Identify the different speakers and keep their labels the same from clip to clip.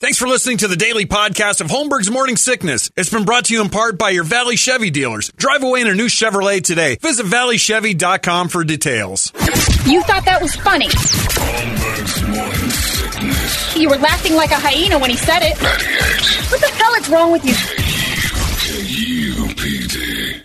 Speaker 1: Thanks for listening to the daily podcast of Holmberg's Morning Sickness. It's been brought to you in part by your Valley Chevy dealers. Drive away in a new Chevrolet today. Visit valleychevy.com for details.
Speaker 2: You thought that was funny.
Speaker 3: Holmberg's morning sickness.
Speaker 2: You were laughing like a hyena when he said it. What the hell is wrong with you?
Speaker 3: K-U-P-D.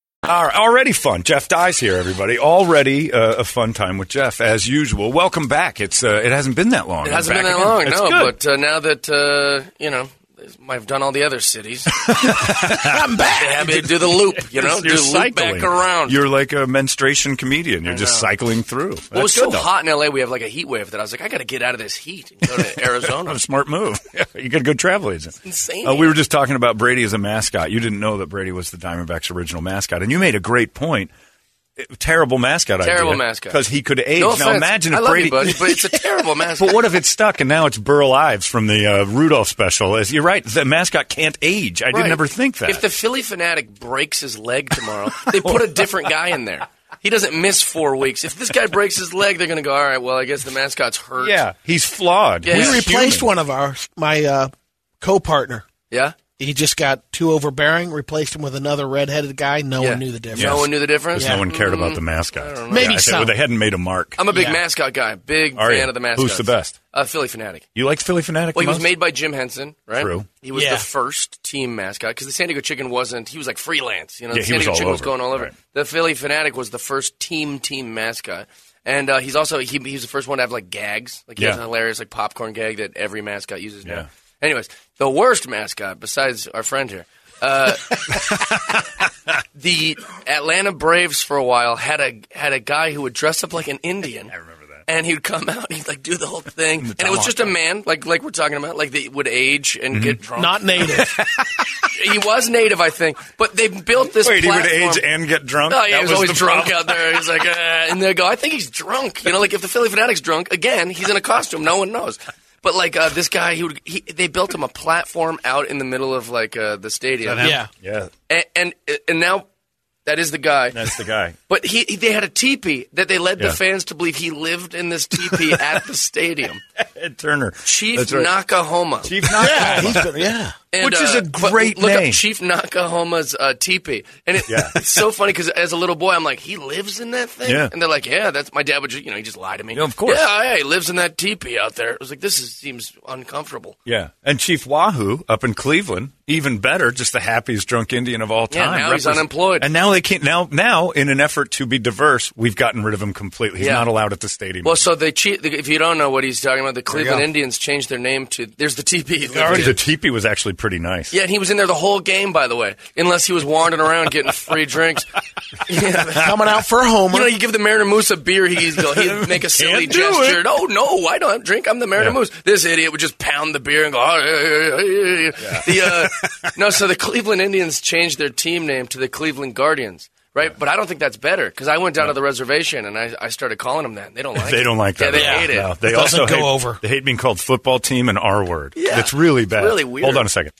Speaker 4: All right, already fun. Jeff dies here, everybody. Already uh, a fun time with Jeff, as usual. Welcome back. It's uh, it hasn't been that long.
Speaker 5: It hasn't
Speaker 4: I'm
Speaker 5: been
Speaker 4: back
Speaker 5: that
Speaker 4: again.
Speaker 5: long,
Speaker 4: It's
Speaker 5: no.
Speaker 4: good.
Speaker 5: But uh, now that uh, you know, I've done all the other cities.
Speaker 4: I'm
Speaker 5: They
Speaker 4: back.
Speaker 5: have me to do the loop. You know,
Speaker 4: You're
Speaker 5: do the loop back
Speaker 4: cycling.
Speaker 5: around.
Speaker 4: You're like a menstruation comedian. You're just cycling through.
Speaker 5: well, it was
Speaker 4: That's good,
Speaker 5: so
Speaker 4: though.
Speaker 5: hot in L.A. We have like a heat wave that I was like, I got to get out of this heat and go to
Speaker 4: What
Speaker 5: Arizona.
Speaker 4: a smart move. you got a good travel agent.
Speaker 5: insane.
Speaker 4: Uh, we were just talking about Brady as a mascot. You didn't know that Brady was the Diamondbacks' original mascot, and you made a great point. It- terrible mascot
Speaker 5: Terrible mascot.
Speaker 4: because he could age.
Speaker 5: no
Speaker 4: now
Speaker 5: offense.
Speaker 4: imagine
Speaker 5: I
Speaker 4: if
Speaker 5: love
Speaker 4: Brady.
Speaker 5: you, buddy, but it's a terrible mascot.
Speaker 4: But what if it's stuck and now it's Burl Ives from the uh, Rudolph special? As you're right, the mascot can't age. I
Speaker 5: Right.
Speaker 4: didn't ever think that.
Speaker 5: If the Philly fanatic breaks his leg tomorrow, they put a different guy in there. He doesn't miss four weeks. If this guy breaks his leg, they're going to go. All right, well, I guess the mascot's hurt.
Speaker 4: yeah, he's flawed.
Speaker 5: Yeah.
Speaker 6: We
Speaker 4: He's
Speaker 6: replaced
Speaker 4: human.
Speaker 6: one of our my uh, co-partner.
Speaker 5: yeah.
Speaker 6: He just got too overbearing. Replaced him with another redheaded guy. No
Speaker 5: Yeah.
Speaker 6: one knew the difference.
Speaker 5: No one knew the difference.
Speaker 4: Because No one cared
Speaker 5: Mm-hmm.
Speaker 4: about the mascot.
Speaker 6: Maybe
Speaker 4: yeah, I said,
Speaker 6: some.
Speaker 4: well, they hadn't made a mark.
Speaker 5: I'm a big
Speaker 6: Yeah.
Speaker 5: mascot guy. Big
Speaker 4: Are
Speaker 5: fan
Speaker 4: you?
Speaker 5: of the mascot.
Speaker 4: Who's the best?
Speaker 5: A Philly fanatic.
Speaker 4: you like Philly Fanatic?
Speaker 5: Well, he
Speaker 4: the
Speaker 5: was
Speaker 4: most?
Speaker 5: made by Jim Henson, right?
Speaker 4: True.
Speaker 5: He was
Speaker 6: Yeah.
Speaker 5: the first team mascot because the San Diego Chicken wasn't. He was like freelance. You know,
Speaker 4: Yeah,
Speaker 5: the
Speaker 4: he
Speaker 5: San
Speaker 4: was
Speaker 5: Diego
Speaker 4: all
Speaker 5: Chicken was
Speaker 4: over.
Speaker 5: going all over.
Speaker 4: Right.
Speaker 5: The Philly Fanatic was the first team team mascot, and uh, he's also he, he was the first one to have like gags. Like he has
Speaker 4: Yeah.
Speaker 5: a hilarious like popcorn gag that every mascot uses now.
Speaker 4: Yeah.
Speaker 5: Anyways, the worst mascot besides our friend here. Uh, the Atlanta Braves for a while had a had a guy who would dress up like an Indian. I remember that. And he'd come out and he'd like do the whole thing, and it was just a man like like we're talking about, like they would age and
Speaker 4: Mm-hmm.
Speaker 5: get drunk.
Speaker 6: Not native.
Speaker 5: he was native, I think, but they built this.
Speaker 4: Wait,
Speaker 5: platform.
Speaker 4: he would age and get drunk.
Speaker 5: Oh
Speaker 4: That
Speaker 5: yeah, he was, always
Speaker 4: the
Speaker 5: drunk
Speaker 4: problem?
Speaker 5: out there. He's like, uh, and they go, I think he's drunk. You know, like if the Philly fanatic's drunk again, he's in a costume. No one knows. But like uh, this guy, he would. He, they built him a platform out in the middle of like uh, the stadium.
Speaker 6: yeah.
Speaker 4: Yeah,
Speaker 5: and, and and now that is the guy.
Speaker 4: that's the guy.
Speaker 5: But he, he- they had a teepee that they led
Speaker 4: Yeah.
Speaker 5: the fans to believe he lived in this teepee at the stadium.
Speaker 4: Ed Turner.
Speaker 5: Chief
Speaker 4: That's right.
Speaker 5: Nakahoma.
Speaker 4: Chief Knock.
Speaker 6: Yeah. He's been- yeah.
Speaker 5: And, uh,
Speaker 4: Which is a
Speaker 5: but
Speaker 4: great
Speaker 5: look
Speaker 4: name.
Speaker 5: Up Chief Nakahoma's uh, teepee, and it,
Speaker 4: Yeah.
Speaker 5: it's so funny because as a little boy, I'm like, he lives in that thing,
Speaker 4: Yeah.
Speaker 5: and they're like, yeah, that's my dad would, ju- you know, he just lied to me.
Speaker 4: Yeah, of course.
Speaker 5: yeah, yeah, he lives in that teepee out there. It was like this is, seems uncomfortable.
Speaker 4: Yeah, and Chief Wahoo up in Cleveland, even better, just the happiest drunk Indian of all
Speaker 5: Yeah,
Speaker 4: time.
Speaker 5: now he's unemployed.
Speaker 4: and now they can't. Now, now in an effort to be diverse, we've gotten rid of him completely. He's
Speaker 5: Yeah.
Speaker 4: not allowed at the stadium.
Speaker 5: Well, so they che- if you don't know what he's talking about, the
Speaker 4: you
Speaker 5: Cleveland
Speaker 4: go.
Speaker 5: Indians changed their name to. There's the teepee.
Speaker 4: already the teepee was actually pretty nice.
Speaker 5: Yeah, and he was in there the whole game, by the way. Unless he was wandering around getting free drinks. Yeah.
Speaker 6: Coming out for a homer.
Speaker 5: You know, you give the Mariner Moose a beer, he'd, go, he'd make a silly
Speaker 4: Can't do
Speaker 5: gesture.
Speaker 4: it.
Speaker 5: No, no, I don't drink. I'm the Mariner
Speaker 4: Yeah.
Speaker 5: Moose. This idiot would just pound the beer and go. "Ah, yeah, yeah, yeah, yeah." The uh, no, so the Cleveland Indians changed their team name to the Cleveland Guardians, right? But I don't think that's better because I went down to the reservation and I, I started calling them that. And they don't like it.
Speaker 4: They don't like that.
Speaker 5: Yeah, they
Speaker 4: at all.
Speaker 5: hate it.
Speaker 4: No, they
Speaker 6: It
Speaker 4: also
Speaker 6: doesn't go
Speaker 4: hate,
Speaker 6: over.
Speaker 4: They hate being called football team and R word.
Speaker 5: Yeah.
Speaker 4: it's really bad.
Speaker 5: really weird.
Speaker 4: Hold on a second.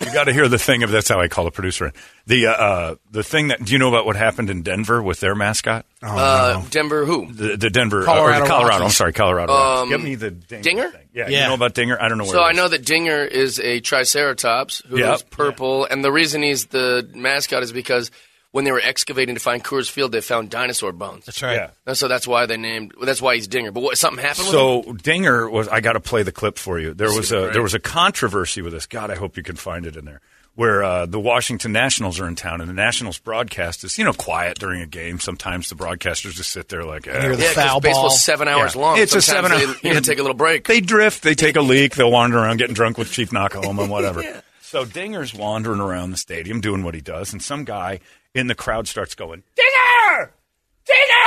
Speaker 4: You got to hear the thing of that's how I call a producer. The uh, uh, the thing that do you know about what happened in Denver with their mascot?
Speaker 5: Uh, Denver, who?
Speaker 4: the, the Denver,
Speaker 6: Colorado
Speaker 4: uh, or the Colorado.
Speaker 6: Rockies.
Speaker 4: I'm sorry, Colorado. Rockies. Give me the Dinger.
Speaker 5: Um, Dinger?
Speaker 4: thing. Yeah, you
Speaker 6: Yeah.
Speaker 4: know about Dinger? I don't know. Where
Speaker 5: So
Speaker 4: it
Speaker 5: I
Speaker 4: is.
Speaker 5: know that Dinger is a Triceratops who's
Speaker 4: Yep.
Speaker 5: purple, and the reason he's the mascot is because when they were excavating to find Coors Field, they found dinosaur bones.
Speaker 6: That's right.
Speaker 4: Yeah.
Speaker 5: And so that's why they named. well, That's why he's Dinger. But what, something happened. with him?
Speaker 4: So Dinger was. I got to play the clip for you. There was
Speaker 5: would be
Speaker 4: a
Speaker 5: great.
Speaker 4: there was a controversy with this. God, I hope you can find it in there. Where uh, the Washington Nationals are in town, and the Nationals broadcast is you know quiet during a game. Sometimes the broadcasters just sit there like, eh.
Speaker 6: Hear the
Speaker 5: yeah,
Speaker 6: foul
Speaker 5: because baseball's
Speaker 6: ball.
Speaker 5: seven hours
Speaker 4: Yeah.
Speaker 5: long.
Speaker 4: It's a
Speaker 5: Sometimes
Speaker 4: seven.
Speaker 5: They, you know, take a little break.
Speaker 4: They drift. They take a leak. They'll wander around getting drunk with Chief Nakahoma and whatever. So Dinger's wandering around the stadium doing what he does, and some guy in the crowd starts going, "Dinger,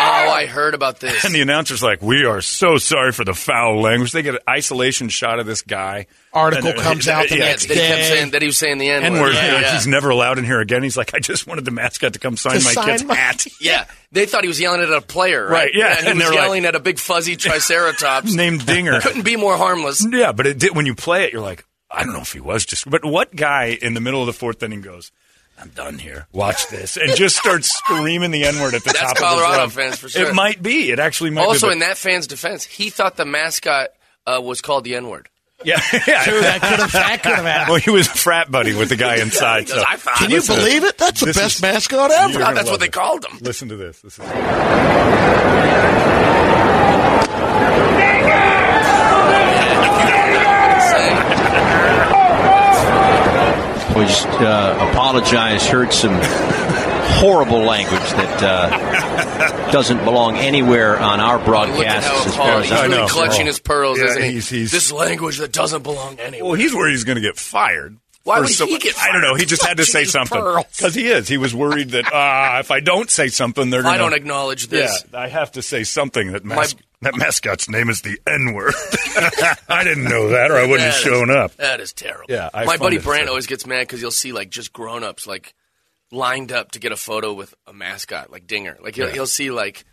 Speaker 5: Oh, I heard about this.
Speaker 4: And the announcer's like, "We are so sorry for the foul language." They get an isolation shot of this guy.
Speaker 6: Article
Speaker 4: And, uh,
Speaker 6: comes out the
Speaker 4: yeah,
Speaker 5: yeah,
Speaker 6: next
Speaker 5: that
Speaker 4: it's-
Speaker 5: he kept
Speaker 6: day.
Speaker 5: saying that he was saying the N
Speaker 4: And
Speaker 5: word.
Speaker 4: we're,
Speaker 5: Yeah, yeah.
Speaker 4: he's never allowed in here again. He's like, "I just wanted the mascot to come sign
Speaker 6: To
Speaker 4: my
Speaker 6: sign
Speaker 4: kid's
Speaker 6: my-
Speaker 4: hat."
Speaker 5: Yeah, they thought he was yelling at a player, right?
Speaker 4: Right, yeah,
Speaker 5: and he
Speaker 4: and
Speaker 5: was
Speaker 4: they're like-
Speaker 5: yelling at a big fuzzy triceratops.
Speaker 4: Named Dinger.
Speaker 5: Couldn't be more harmless.
Speaker 4: Yeah, but it did, when you play it, you're like, I don't know if he was just. But what guy in the middle of the fourth inning goes, I'm done here. Watch this, and just starts screaming the N word at the
Speaker 5: That's
Speaker 4: top
Speaker 5: Colorado
Speaker 4: of his lungs.
Speaker 5: fans for sure.
Speaker 4: It might be. It actually might.
Speaker 5: Also,
Speaker 4: be,
Speaker 5: in that fan's defense, he thought the mascot uh, was called the N word.
Speaker 4: yeah, yeah.
Speaker 6: Dude, that could have that could have happened.
Speaker 4: Well, he was a frat buddy with the guy inside.
Speaker 5: Because
Speaker 4: so.
Speaker 5: I found-
Speaker 6: Can you
Speaker 4: Listen,
Speaker 6: believe it? That's the
Speaker 4: this
Speaker 6: best
Speaker 4: is-
Speaker 6: mascot
Speaker 4: You're
Speaker 6: ever.
Speaker 4: gonna
Speaker 5: that's what
Speaker 4: love
Speaker 5: they
Speaker 4: it.
Speaker 5: called him.
Speaker 4: Listen to this. This is.
Speaker 7: was uh, apologized, heard some horrible language that uh, doesn't belong anywhere on our
Speaker 5: Look at
Speaker 7: broadcasts.
Speaker 5: how
Speaker 7: as far
Speaker 5: appalled.
Speaker 7: as
Speaker 5: He's
Speaker 4: I
Speaker 5: really
Speaker 4: know.
Speaker 5: clutching
Speaker 4: Oh.
Speaker 5: his pearls,
Speaker 4: Yeah,
Speaker 5: isn't he?
Speaker 4: he's- he's-
Speaker 5: This language that doesn't belong anywhere.
Speaker 4: Well, he's where he's going to get fired.
Speaker 5: Why
Speaker 4: for
Speaker 5: would he get
Speaker 4: I don't know. He just had to
Speaker 5: Clutching
Speaker 4: say
Speaker 5: his
Speaker 4: something
Speaker 5: pearls.
Speaker 4: because he is. He was worried that ah, if I don't say something, they're going
Speaker 5: I don't acknowledge this.
Speaker 4: Oh, Yeah, I have to say something that mas- that mascot's name is the N word. I didn't know that, or I wouldn't have
Speaker 5: That is-
Speaker 4: shown up.
Speaker 5: That is terrible.
Speaker 4: Yeah, I
Speaker 5: my
Speaker 4: find
Speaker 5: buddy
Speaker 4: it
Speaker 5: Brand
Speaker 4: so-
Speaker 5: always gets mad because you'll see like just grown ups like lined up to get a photo with a mascot like Dinger. Like he'll, he'll see like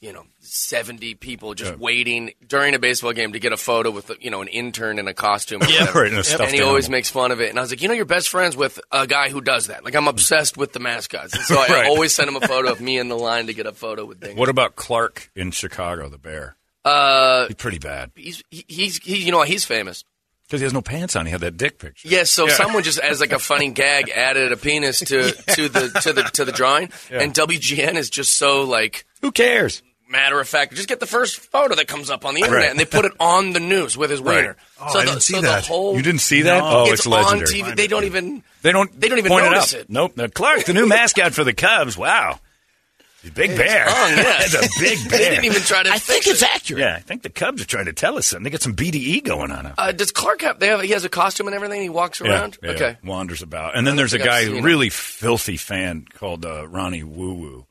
Speaker 5: you know seventy people just waiting during a baseball game to get a photo with you know an intern in a costume. Or
Speaker 4: Yeah,
Speaker 5: whatever.
Speaker 4: right, and a stuffed
Speaker 5: he always
Speaker 4: animal.
Speaker 5: makes fun of it. And I was like, you know, you're best friends with a guy who does that. Like I'm obsessed with the mascots, and so I
Speaker 4: Right.
Speaker 5: always send him a photo of me in the line to get a photo with Dinger.
Speaker 4: What about Clark in Chicago, the bear?
Speaker 5: Uh,
Speaker 4: He's pretty bad
Speaker 5: he's he- he's he, you know what? he's famous.
Speaker 4: because he has no pants on. He had that dick picture.
Speaker 5: Yes, so someone just as like a funny gag added a penis to to the to the to the drawing, and WGN is just so like
Speaker 4: Who cares?
Speaker 5: matter of fact. Just get the first photo that comes up on the internet,
Speaker 4: Right.
Speaker 5: and they put it on the news with his
Speaker 4: Right.
Speaker 5: wiener.
Speaker 1: Oh,
Speaker 5: so
Speaker 1: I
Speaker 5: the,
Speaker 1: didn't see
Speaker 5: so
Speaker 1: that.
Speaker 5: the whole
Speaker 4: You didn't see that?
Speaker 5: No.
Speaker 4: Oh, it's,
Speaker 5: it's, on
Speaker 4: legendary.
Speaker 5: TV. They don't even
Speaker 4: They don't.
Speaker 5: They don't even
Speaker 4: point
Speaker 5: notice
Speaker 4: it, up.
Speaker 5: it.
Speaker 4: Nope. Now, Clark, the new mascot for the Cubs. Wow, He's a big bear.
Speaker 5: hung, yeah.
Speaker 4: That's a big bear.
Speaker 5: they didn't even try to.
Speaker 6: I think
Speaker 5: fix
Speaker 6: it's
Speaker 5: it.
Speaker 6: accurate.
Speaker 4: Yeah, I think the Cubs are trying to tell us something. They got some BDE going on. Up
Speaker 5: Uh, does Clark have? They have. He has a costume and everything. He walks around.
Speaker 4: Yeah, yeah,
Speaker 5: Okay.
Speaker 4: Wanders about. And then there's a
Speaker 5: think I've
Speaker 4: guy,
Speaker 5: seen him.
Speaker 4: really filthy fan called uh, Ronnie Woo Woo.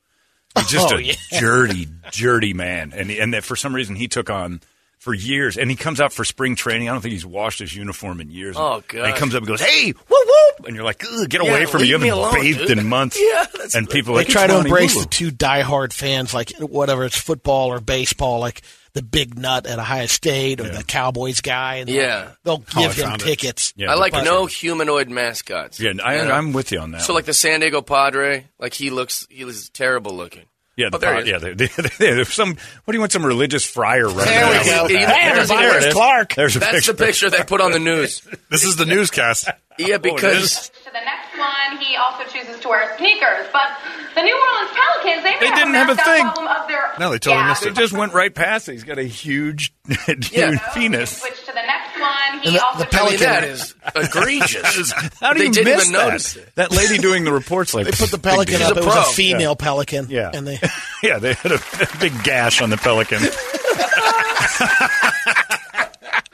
Speaker 4: He's just
Speaker 5: Oh,
Speaker 4: a dirty, dirty man. And, he- and that for some reason he took on for years. And he comes out for spring training. I don't think he's washed his uniform in years.
Speaker 5: Oh,
Speaker 4: And he
Speaker 5: God.
Speaker 4: comes up and goes, hey, whoop, whoop. And you're like, "Ugh, get
Speaker 5: Yeah,
Speaker 4: away from me. You
Speaker 5: leave me
Speaker 4: haven't
Speaker 5: alone,
Speaker 4: bathed
Speaker 5: dude."
Speaker 4: in months.
Speaker 5: Yeah, that's-
Speaker 4: and people are
Speaker 6: They
Speaker 4: like,
Speaker 6: try
Speaker 4: "It's
Speaker 6: to
Speaker 4: Ronnie
Speaker 6: embrace
Speaker 4: Woo Woo."
Speaker 6: the two diehard fans, like whatever it's football or baseball, like the big nut at Ohio State or the Cowboys guy. And they'll-
Speaker 5: Yeah.
Speaker 6: they'll
Speaker 4: Oh,
Speaker 6: give
Speaker 1: I
Speaker 6: him
Speaker 1: found it.
Speaker 6: tickets.
Speaker 4: Yeah,
Speaker 5: I
Speaker 4: the
Speaker 5: like
Speaker 4: plastic.
Speaker 5: no humanoid mascots.
Speaker 4: Yeah, I,
Speaker 5: You know?
Speaker 4: I'm with you on that.
Speaker 5: So
Speaker 4: one.
Speaker 5: like the San Diego Padre, like he looks, he was terrible looking.
Speaker 4: Yeah, the
Speaker 5: But oh, there
Speaker 4: pot-
Speaker 5: he
Speaker 4: yeah.
Speaker 5: is.
Speaker 4: They, they, they, there's some. What do you want? Some religious friar running?
Speaker 6: There we
Speaker 4: around
Speaker 6: go.
Speaker 4: with
Speaker 6: Yeah,
Speaker 4: that?
Speaker 6: yeah,
Speaker 4: There's-
Speaker 6: yeah,
Speaker 4: there's
Speaker 6: yeah.
Speaker 4: Clark. There's a
Speaker 5: That's
Speaker 4: picture. Oh,
Speaker 5: the picture they put on the news.
Speaker 1: This is the newscast. Oh,
Speaker 5: Yeah, because
Speaker 4: is?
Speaker 8: To the next one, he also chooses to wear sneakers. But the New Orleans Pelicans, they,
Speaker 4: They
Speaker 8: may
Speaker 4: didn't have
Speaker 8: have
Speaker 4: a
Speaker 8: mascot
Speaker 4: thing.
Speaker 8: Problem of their
Speaker 1: No, they totally
Speaker 8: yeah.
Speaker 1: missed
Speaker 4: It just went right past. it. He's got a huge, huge
Speaker 5: Yeah.
Speaker 4: penis.
Speaker 8: Switch to the next one. He
Speaker 6: And the-
Speaker 8: also
Speaker 6: the
Speaker 8: chooses-
Speaker 5: I mean,
Speaker 6: Pelican-
Speaker 5: that is egregious.
Speaker 4: How do
Speaker 5: they
Speaker 4: you
Speaker 5: didn't
Speaker 4: miss
Speaker 5: even
Speaker 4: that?
Speaker 5: notice it.
Speaker 4: That lady doing the reports like
Speaker 6: They put the
Speaker 4: big
Speaker 6: pelican
Speaker 4: deal.
Speaker 6: up.
Speaker 5: a
Speaker 6: It was a
Speaker 5: pro.
Speaker 6: female pelican.
Speaker 4: Yeah.
Speaker 6: and they
Speaker 4: Yeah, they had a big gash on the pelican.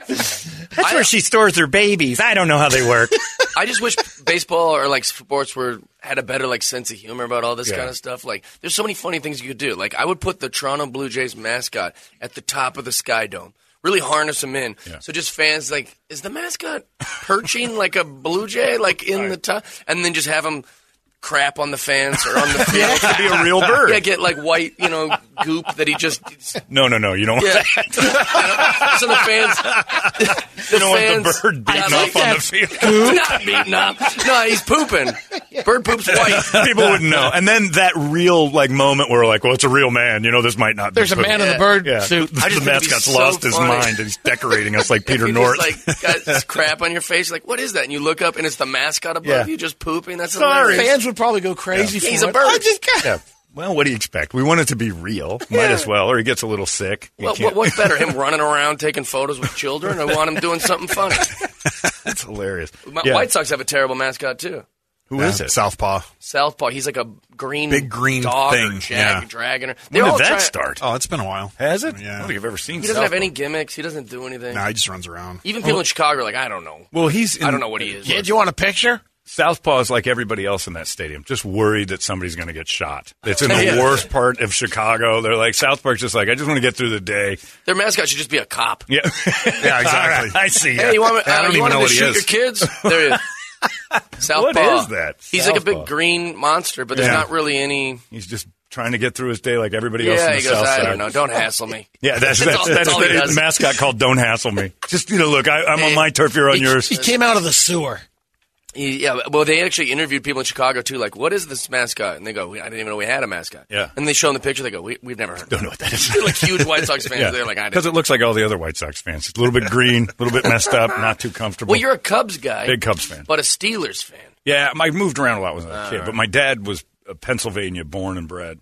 Speaker 4: That's where she stores her babies. I don't know how they work.
Speaker 5: I just wish baseball or like sports were had a better like sense of humor about all this
Speaker 4: Yeah.
Speaker 5: kind of stuff. Like, there's so many funny things you could do. Like, I would put the Toronto Blue Jays mascot at the top of the Sky Dome. Really harness them in.
Speaker 4: Yeah.
Speaker 5: So just fans like, is the mascot perching like a blue jay like in the top? And then just have him crap on the fans or on the field.
Speaker 4: to be a real bird.
Speaker 5: Yeah, get like white, you know, goop that he just
Speaker 4: No, no, no. You don't.
Speaker 5: Yeah.
Speaker 4: Want
Speaker 5: so the fans, the
Speaker 4: you don't want
Speaker 5: fans-
Speaker 4: the bird
Speaker 5: I
Speaker 4: beaten
Speaker 5: like
Speaker 4: up on the
Speaker 5: that.
Speaker 4: field.
Speaker 5: Not beaten up. No, he's pooping. Bird poops white.
Speaker 4: People wouldn't know. And then that real like moment where like, well, it's a real man. You know, this might not.
Speaker 6: there's a
Speaker 4: be
Speaker 6: man in
Speaker 5: Yeah.
Speaker 6: the bird
Speaker 4: Yeah.
Speaker 6: suit.
Speaker 4: The,
Speaker 5: I just think it'd be
Speaker 4: mascot's
Speaker 5: so
Speaker 4: lost his
Speaker 5: funny.
Speaker 4: mind and he's decorating us like Peter
Speaker 5: You
Speaker 4: North.
Speaker 5: just like got this crap on your face. Like, what is that? And you look up, and it's the mascot above
Speaker 4: Yeah.
Speaker 5: you just pooping. That's
Speaker 4: Sorry.
Speaker 5: hilarious.
Speaker 6: Fans would probably go crazy for
Speaker 5: He's a
Speaker 6: it.
Speaker 5: bird.
Speaker 6: I just got-
Speaker 4: yeah. Well, what do you expect? We want it to be real. Might as well. Or he gets a little sick. You
Speaker 5: What,
Speaker 4: can't-
Speaker 5: what, what's better, him running around taking photos with children, or want him doing something funny?
Speaker 4: That's hilarious.
Speaker 5: My,
Speaker 4: Yeah.
Speaker 5: White Sox have a terrible mascot too.
Speaker 4: Who is it?
Speaker 1: Southpaw.
Speaker 5: Southpaw. He's like a green,
Speaker 1: Big green
Speaker 5: dog or
Speaker 1: thing,
Speaker 5: jag-
Speaker 1: yeah.
Speaker 5: dragon. Or,
Speaker 4: When
Speaker 5: they're
Speaker 4: did
Speaker 5: all
Speaker 4: that
Speaker 5: trying-
Speaker 4: start?
Speaker 1: Oh, it's been a while.
Speaker 4: Has it? I
Speaker 1: Yeah.
Speaker 4: don't think I've ever seen.
Speaker 5: He doesn't have
Speaker 4: Southpaw.
Speaker 5: any gimmicks. He doesn't do anything.
Speaker 1: Nah, he just runs around.
Speaker 5: Even people in Chicago are like, I don't know.
Speaker 4: Well, he's. In,
Speaker 5: I don't know what he is.
Speaker 6: Kid, you want a picture?
Speaker 4: Southpaws, like everybody else in that stadium, just worried that somebody's going to get shot. It's in the
Speaker 5: Yeah.
Speaker 4: worst part of Chicago. They're like, South Park's just like, I just want to get through the day.
Speaker 5: Their mascot should just be a cop.
Speaker 4: Yeah.
Speaker 9: Yeah, exactly.
Speaker 4: I see.
Speaker 5: Hey, you want me,
Speaker 9: I
Speaker 5: uh,
Speaker 9: don't
Speaker 5: you
Speaker 9: even
Speaker 5: want
Speaker 9: know
Speaker 5: him
Speaker 9: what
Speaker 5: to
Speaker 9: he is.
Speaker 5: shoot your kids? There he is. Southpaw.
Speaker 4: What is that?
Speaker 5: He's like a big
Speaker 4: Southpaw.
Speaker 5: green monster, but there's
Speaker 4: Yeah.
Speaker 5: not really any.
Speaker 4: He's just trying to get through his day like everybody else in
Speaker 5: Yeah,
Speaker 4: the
Speaker 5: he goes.
Speaker 4: South
Speaker 5: I
Speaker 4: Side.
Speaker 5: don't know. Don't hassle me.
Speaker 4: Yeah, that's
Speaker 5: That's
Speaker 4: that's,
Speaker 5: all-
Speaker 4: that's,
Speaker 5: that's all he
Speaker 4: the
Speaker 5: does.
Speaker 4: mascot called "Don't Hassle Me." Just you know, look, I, I'm on my turf, you're on yours.
Speaker 6: He came out of the sewer.
Speaker 5: He- yeah. Well, they actually interviewed people in Chicago too. Like, what is this mascot? And they go, "We- I didn't even know we had a mascot.
Speaker 4: Yeah.
Speaker 5: And they show him the picture. They go, we, We've never heard.
Speaker 4: don't know what that is.
Speaker 5: They're like huge White Sox fans.
Speaker 4: Yeah.
Speaker 5: They're like, I
Speaker 4: because
Speaker 5: didn't.
Speaker 4: it looks like all the other White Sox fans. It's a little bit green, a little bit messed up, not too comfortable.
Speaker 5: Well, you're a Cubs guy,
Speaker 4: Big Cubs fan.
Speaker 5: but a Steelers fan.
Speaker 4: yeah, I moved around a lot when I was a kid, but my dad was a Pennsylvania born and bred.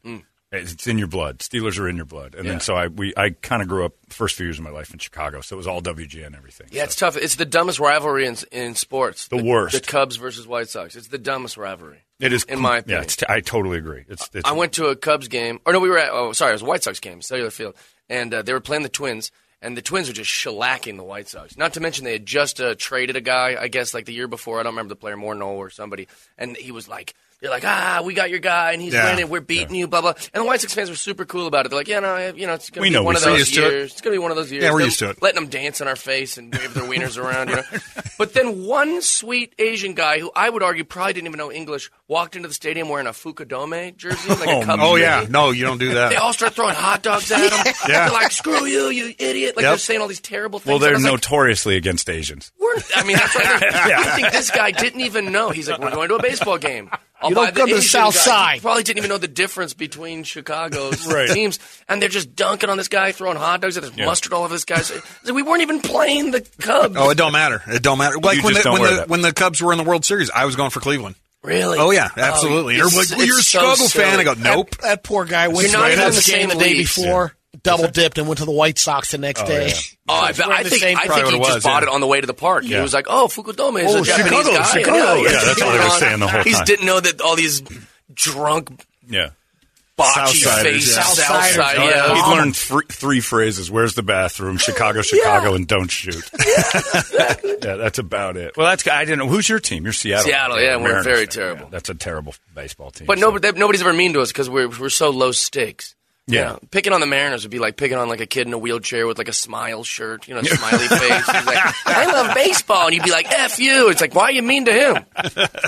Speaker 4: It's in your blood. Steelers are in your blood, and
Speaker 5: Mm. Yeah.
Speaker 4: then so I we I kind of grew up the first few years of my life in Chicago, so it was all WGN everything.
Speaker 5: Yeah,
Speaker 4: So-
Speaker 5: it's tough. It's the dumbest rivalry in, in sports.
Speaker 4: The worst.
Speaker 5: The Cubs versus White Sox. It's the dumbest rivalry.
Speaker 4: it is
Speaker 5: in my
Speaker 4: yeah,
Speaker 5: opinion.
Speaker 4: it's t- I totally agree. It's, it's
Speaker 5: I went to a Cubs game, or no, we were at. Oh, sorry, it was a White Sox game, Cellular Field, and uh, they were playing the Twins, and the Twins were just shellacking the White Sox. Not to mention they had just uh, traded a guy, I guess, like the year before. I don't remember the player, Morneau or somebody, and he was like. They're like, ah, we got your guy, and he's
Speaker 9: Yeah.
Speaker 5: winning. We're beating you, blah blah. And the White Sox fans were super cool about it. They're like, yeah, no, you know, it's gonna
Speaker 4: We
Speaker 5: be
Speaker 4: know,
Speaker 5: one
Speaker 4: we're
Speaker 5: of those
Speaker 9: used to it.
Speaker 5: years. It's gonna be one of those years.
Speaker 9: Yeah, we're
Speaker 5: They're
Speaker 9: used to it.
Speaker 5: Letting them dance in our face and wave their wieners around, you know. But then one sweet Asian guy who I would argue probably didn't even know English walked into the stadium wearing a Fukudome jersey, like a Cubs
Speaker 9: Oh
Speaker 5: jersey.
Speaker 9: yeah, no, you don't do
Speaker 5: They
Speaker 9: that.
Speaker 5: all start throwing hot dogs at him. They're like, "Screw you, you idiot!" Like
Speaker 9: Yep.
Speaker 5: they're saying all these terrible things.
Speaker 4: well,
Speaker 5: And I
Speaker 4: they're
Speaker 5: was like,
Speaker 4: notoriously against Asians.
Speaker 5: we're- I mean, that's what I, think. I think this guy didn't even know. He's like, "We're going to a baseball game." I'll
Speaker 6: You don't
Speaker 5: buy
Speaker 6: come to the
Speaker 5: Asian
Speaker 6: South
Speaker 5: guy. He
Speaker 6: Side.
Speaker 5: probably didn't even know the difference between Chicago's
Speaker 4: Right.
Speaker 5: teams, and they're just dunking on this guy, throwing hot dogs. There's
Speaker 4: Yeah.
Speaker 5: mustard all over this guy's. we weren't even playing the Cubs.
Speaker 1: Oh, it don't matter. It don't matter. Like
Speaker 4: You
Speaker 1: when
Speaker 4: just
Speaker 1: the,
Speaker 4: don't
Speaker 1: when,
Speaker 4: wear
Speaker 1: the,
Speaker 4: that.
Speaker 1: when the Cubs were in the World Series, I was going for Cleveland.
Speaker 5: really?
Speaker 1: Oh yeah, absolutely. They're
Speaker 5: it's-
Speaker 1: like, well,
Speaker 5: it's
Speaker 1: you're a
Speaker 5: so
Speaker 1: Chicago
Speaker 5: silly.
Speaker 1: fan. I go, nope.
Speaker 6: That, that poor guy went
Speaker 5: You're
Speaker 6: to
Speaker 5: not
Speaker 6: the
Speaker 5: even in the
Speaker 6: Cubs game
Speaker 5: same
Speaker 6: the day
Speaker 5: league.
Speaker 6: before, double dipped, and went to the White Sox the next day.
Speaker 5: Oh, I, bet,
Speaker 6: We're in
Speaker 5: I
Speaker 6: the
Speaker 5: think
Speaker 6: same-
Speaker 5: I
Speaker 6: probably
Speaker 5: think
Speaker 6: what
Speaker 5: he
Speaker 6: it
Speaker 5: just
Speaker 6: was,
Speaker 5: bought
Speaker 6: yeah.
Speaker 5: it on the way to the park. He
Speaker 4: Yeah.
Speaker 5: was like, "Oh, Fukudome is
Speaker 4: Oh,
Speaker 5: a Japanese
Speaker 4: Chicago,
Speaker 5: guy."
Speaker 4: Chicago. Yeah,
Speaker 5: he's
Speaker 4: that's all they were
Speaker 5: putting on-
Speaker 4: saying the whole
Speaker 5: He just
Speaker 4: time.
Speaker 5: didn't know that all these drunk
Speaker 4: Yeah.
Speaker 5: botchy
Speaker 4: Southsiders,
Speaker 5: face
Speaker 4: yeah.
Speaker 5: Southside. yeah.
Speaker 4: He'd learned thr- three phrases: "Where's the bathroom?" "Chicago, Chicago," and "Don't shoot." yeah, that's about it. Well, that's I didn't know. Who's your team? You're Seattle.
Speaker 5: Seattle, yeah, we're
Speaker 4: Mariners
Speaker 5: very
Speaker 4: fan.
Speaker 5: terrible.
Speaker 4: that's a terrible baseball team.
Speaker 5: But
Speaker 4: so-
Speaker 5: nobody, nobody's ever mean to us because we're we're so low stakes. You
Speaker 4: Yeah.
Speaker 5: know, picking on the Mariners would be like picking on like a kid in a wheelchair with like a smile shirt, you know, smiley face. He's like, I love baseball, and you'd be like, "F you!" It's like, why are you mean to him?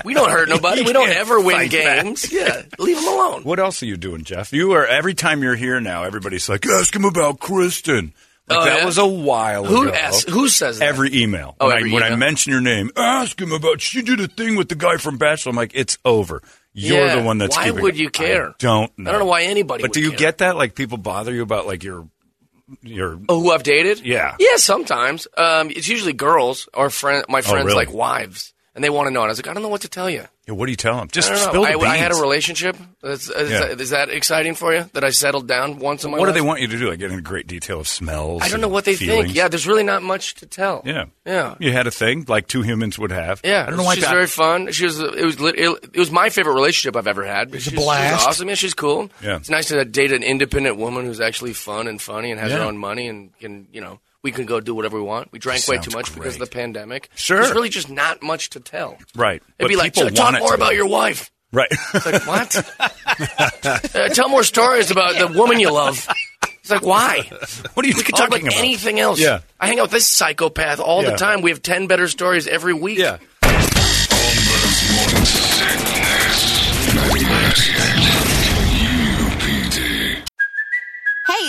Speaker 5: We don't hurt nobody. We don't
Speaker 4: can't
Speaker 5: ever win
Speaker 4: fight back.
Speaker 5: games. Yeah, leave him alone.
Speaker 4: What else are you doing, Jeff? You are every time you're here now. Everybody's like, "Ask him about Kristen." Like,
Speaker 5: Oh,
Speaker 4: that
Speaker 5: yeah?
Speaker 4: was a while
Speaker 5: Who
Speaker 4: ago.
Speaker 5: asks? Who says that?
Speaker 4: Every email.
Speaker 5: Oh,
Speaker 4: when,
Speaker 5: every
Speaker 4: I, when I
Speaker 5: email.
Speaker 4: mention your name, ask him about. She did a thing with the guy from Bachelor. I'm like, it's over. You're
Speaker 5: Yeah.
Speaker 4: the one that's.
Speaker 5: Why
Speaker 4: keeping
Speaker 5: would
Speaker 4: it.
Speaker 5: you care?
Speaker 4: I don't know.
Speaker 5: I don't know why anybody
Speaker 4: But
Speaker 5: would
Speaker 4: do you
Speaker 5: care.
Speaker 4: get that? Like people bother you about like your your.
Speaker 5: Oh, who I've dated?
Speaker 4: Yeah.
Speaker 5: Yeah, sometimes. Um, it's usually girls or friend, my friends'
Speaker 4: Oh, really?
Speaker 5: like wives, and they want to know. And I was like, I don't know what to tell you.
Speaker 4: Yeah, what do you tell them? Just
Speaker 5: I don't
Speaker 4: spill
Speaker 5: know.
Speaker 4: the beans.
Speaker 5: I, I had a relationship. That's, is,
Speaker 4: Yeah.
Speaker 5: that, is that exciting for you? That I settled down once in my
Speaker 4: what do
Speaker 5: life?
Speaker 4: they want you to do? Like get into great detail of smells.
Speaker 5: I don't
Speaker 4: and
Speaker 5: know what they
Speaker 4: feelings?
Speaker 5: think. Yeah, there's really not much to tell.
Speaker 4: Yeah.
Speaker 5: Yeah.
Speaker 4: You had a thing like two humans would have.
Speaker 5: Yeah,
Speaker 4: I don't know why
Speaker 5: she's
Speaker 4: that.
Speaker 5: very fun. She was it was lit- it, it was my favorite relationship I've ever had. She's,
Speaker 6: a
Speaker 5: she's
Speaker 6: blast.
Speaker 5: awesome. Yeah, she's cool.
Speaker 4: Yeah.
Speaker 5: it's nice to date an independent woman who's actually fun and funny and has her
Speaker 4: Yeah.
Speaker 5: own money and can you know we can go do whatever we want. We drank way too
Speaker 4: Sounds
Speaker 5: much because of the
Speaker 4: great.
Speaker 5: pandemic.
Speaker 4: Sure.
Speaker 5: there's really just not much to tell.
Speaker 4: Right.
Speaker 5: it'd
Speaker 4: But
Speaker 5: be like
Speaker 4: people
Speaker 5: talk
Speaker 4: want it
Speaker 5: more
Speaker 4: to
Speaker 5: about
Speaker 4: be."
Speaker 5: your wife.
Speaker 4: Right.
Speaker 5: It's like what? uh, tell more stories about the woman you love. It's like why?
Speaker 4: what are you
Speaker 5: We could
Speaker 4: talking
Speaker 5: talk about,
Speaker 4: about?
Speaker 5: anything else.
Speaker 4: Yeah.
Speaker 5: I hang out with this psychopath all
Speaker 4: Yeah.
Speaker 5: the time. We have ten better stories every week.
Speaker 4: Yeah.
Speaker 3: Holmberg's morning sickness. UPD.
Speaker 10: Hey,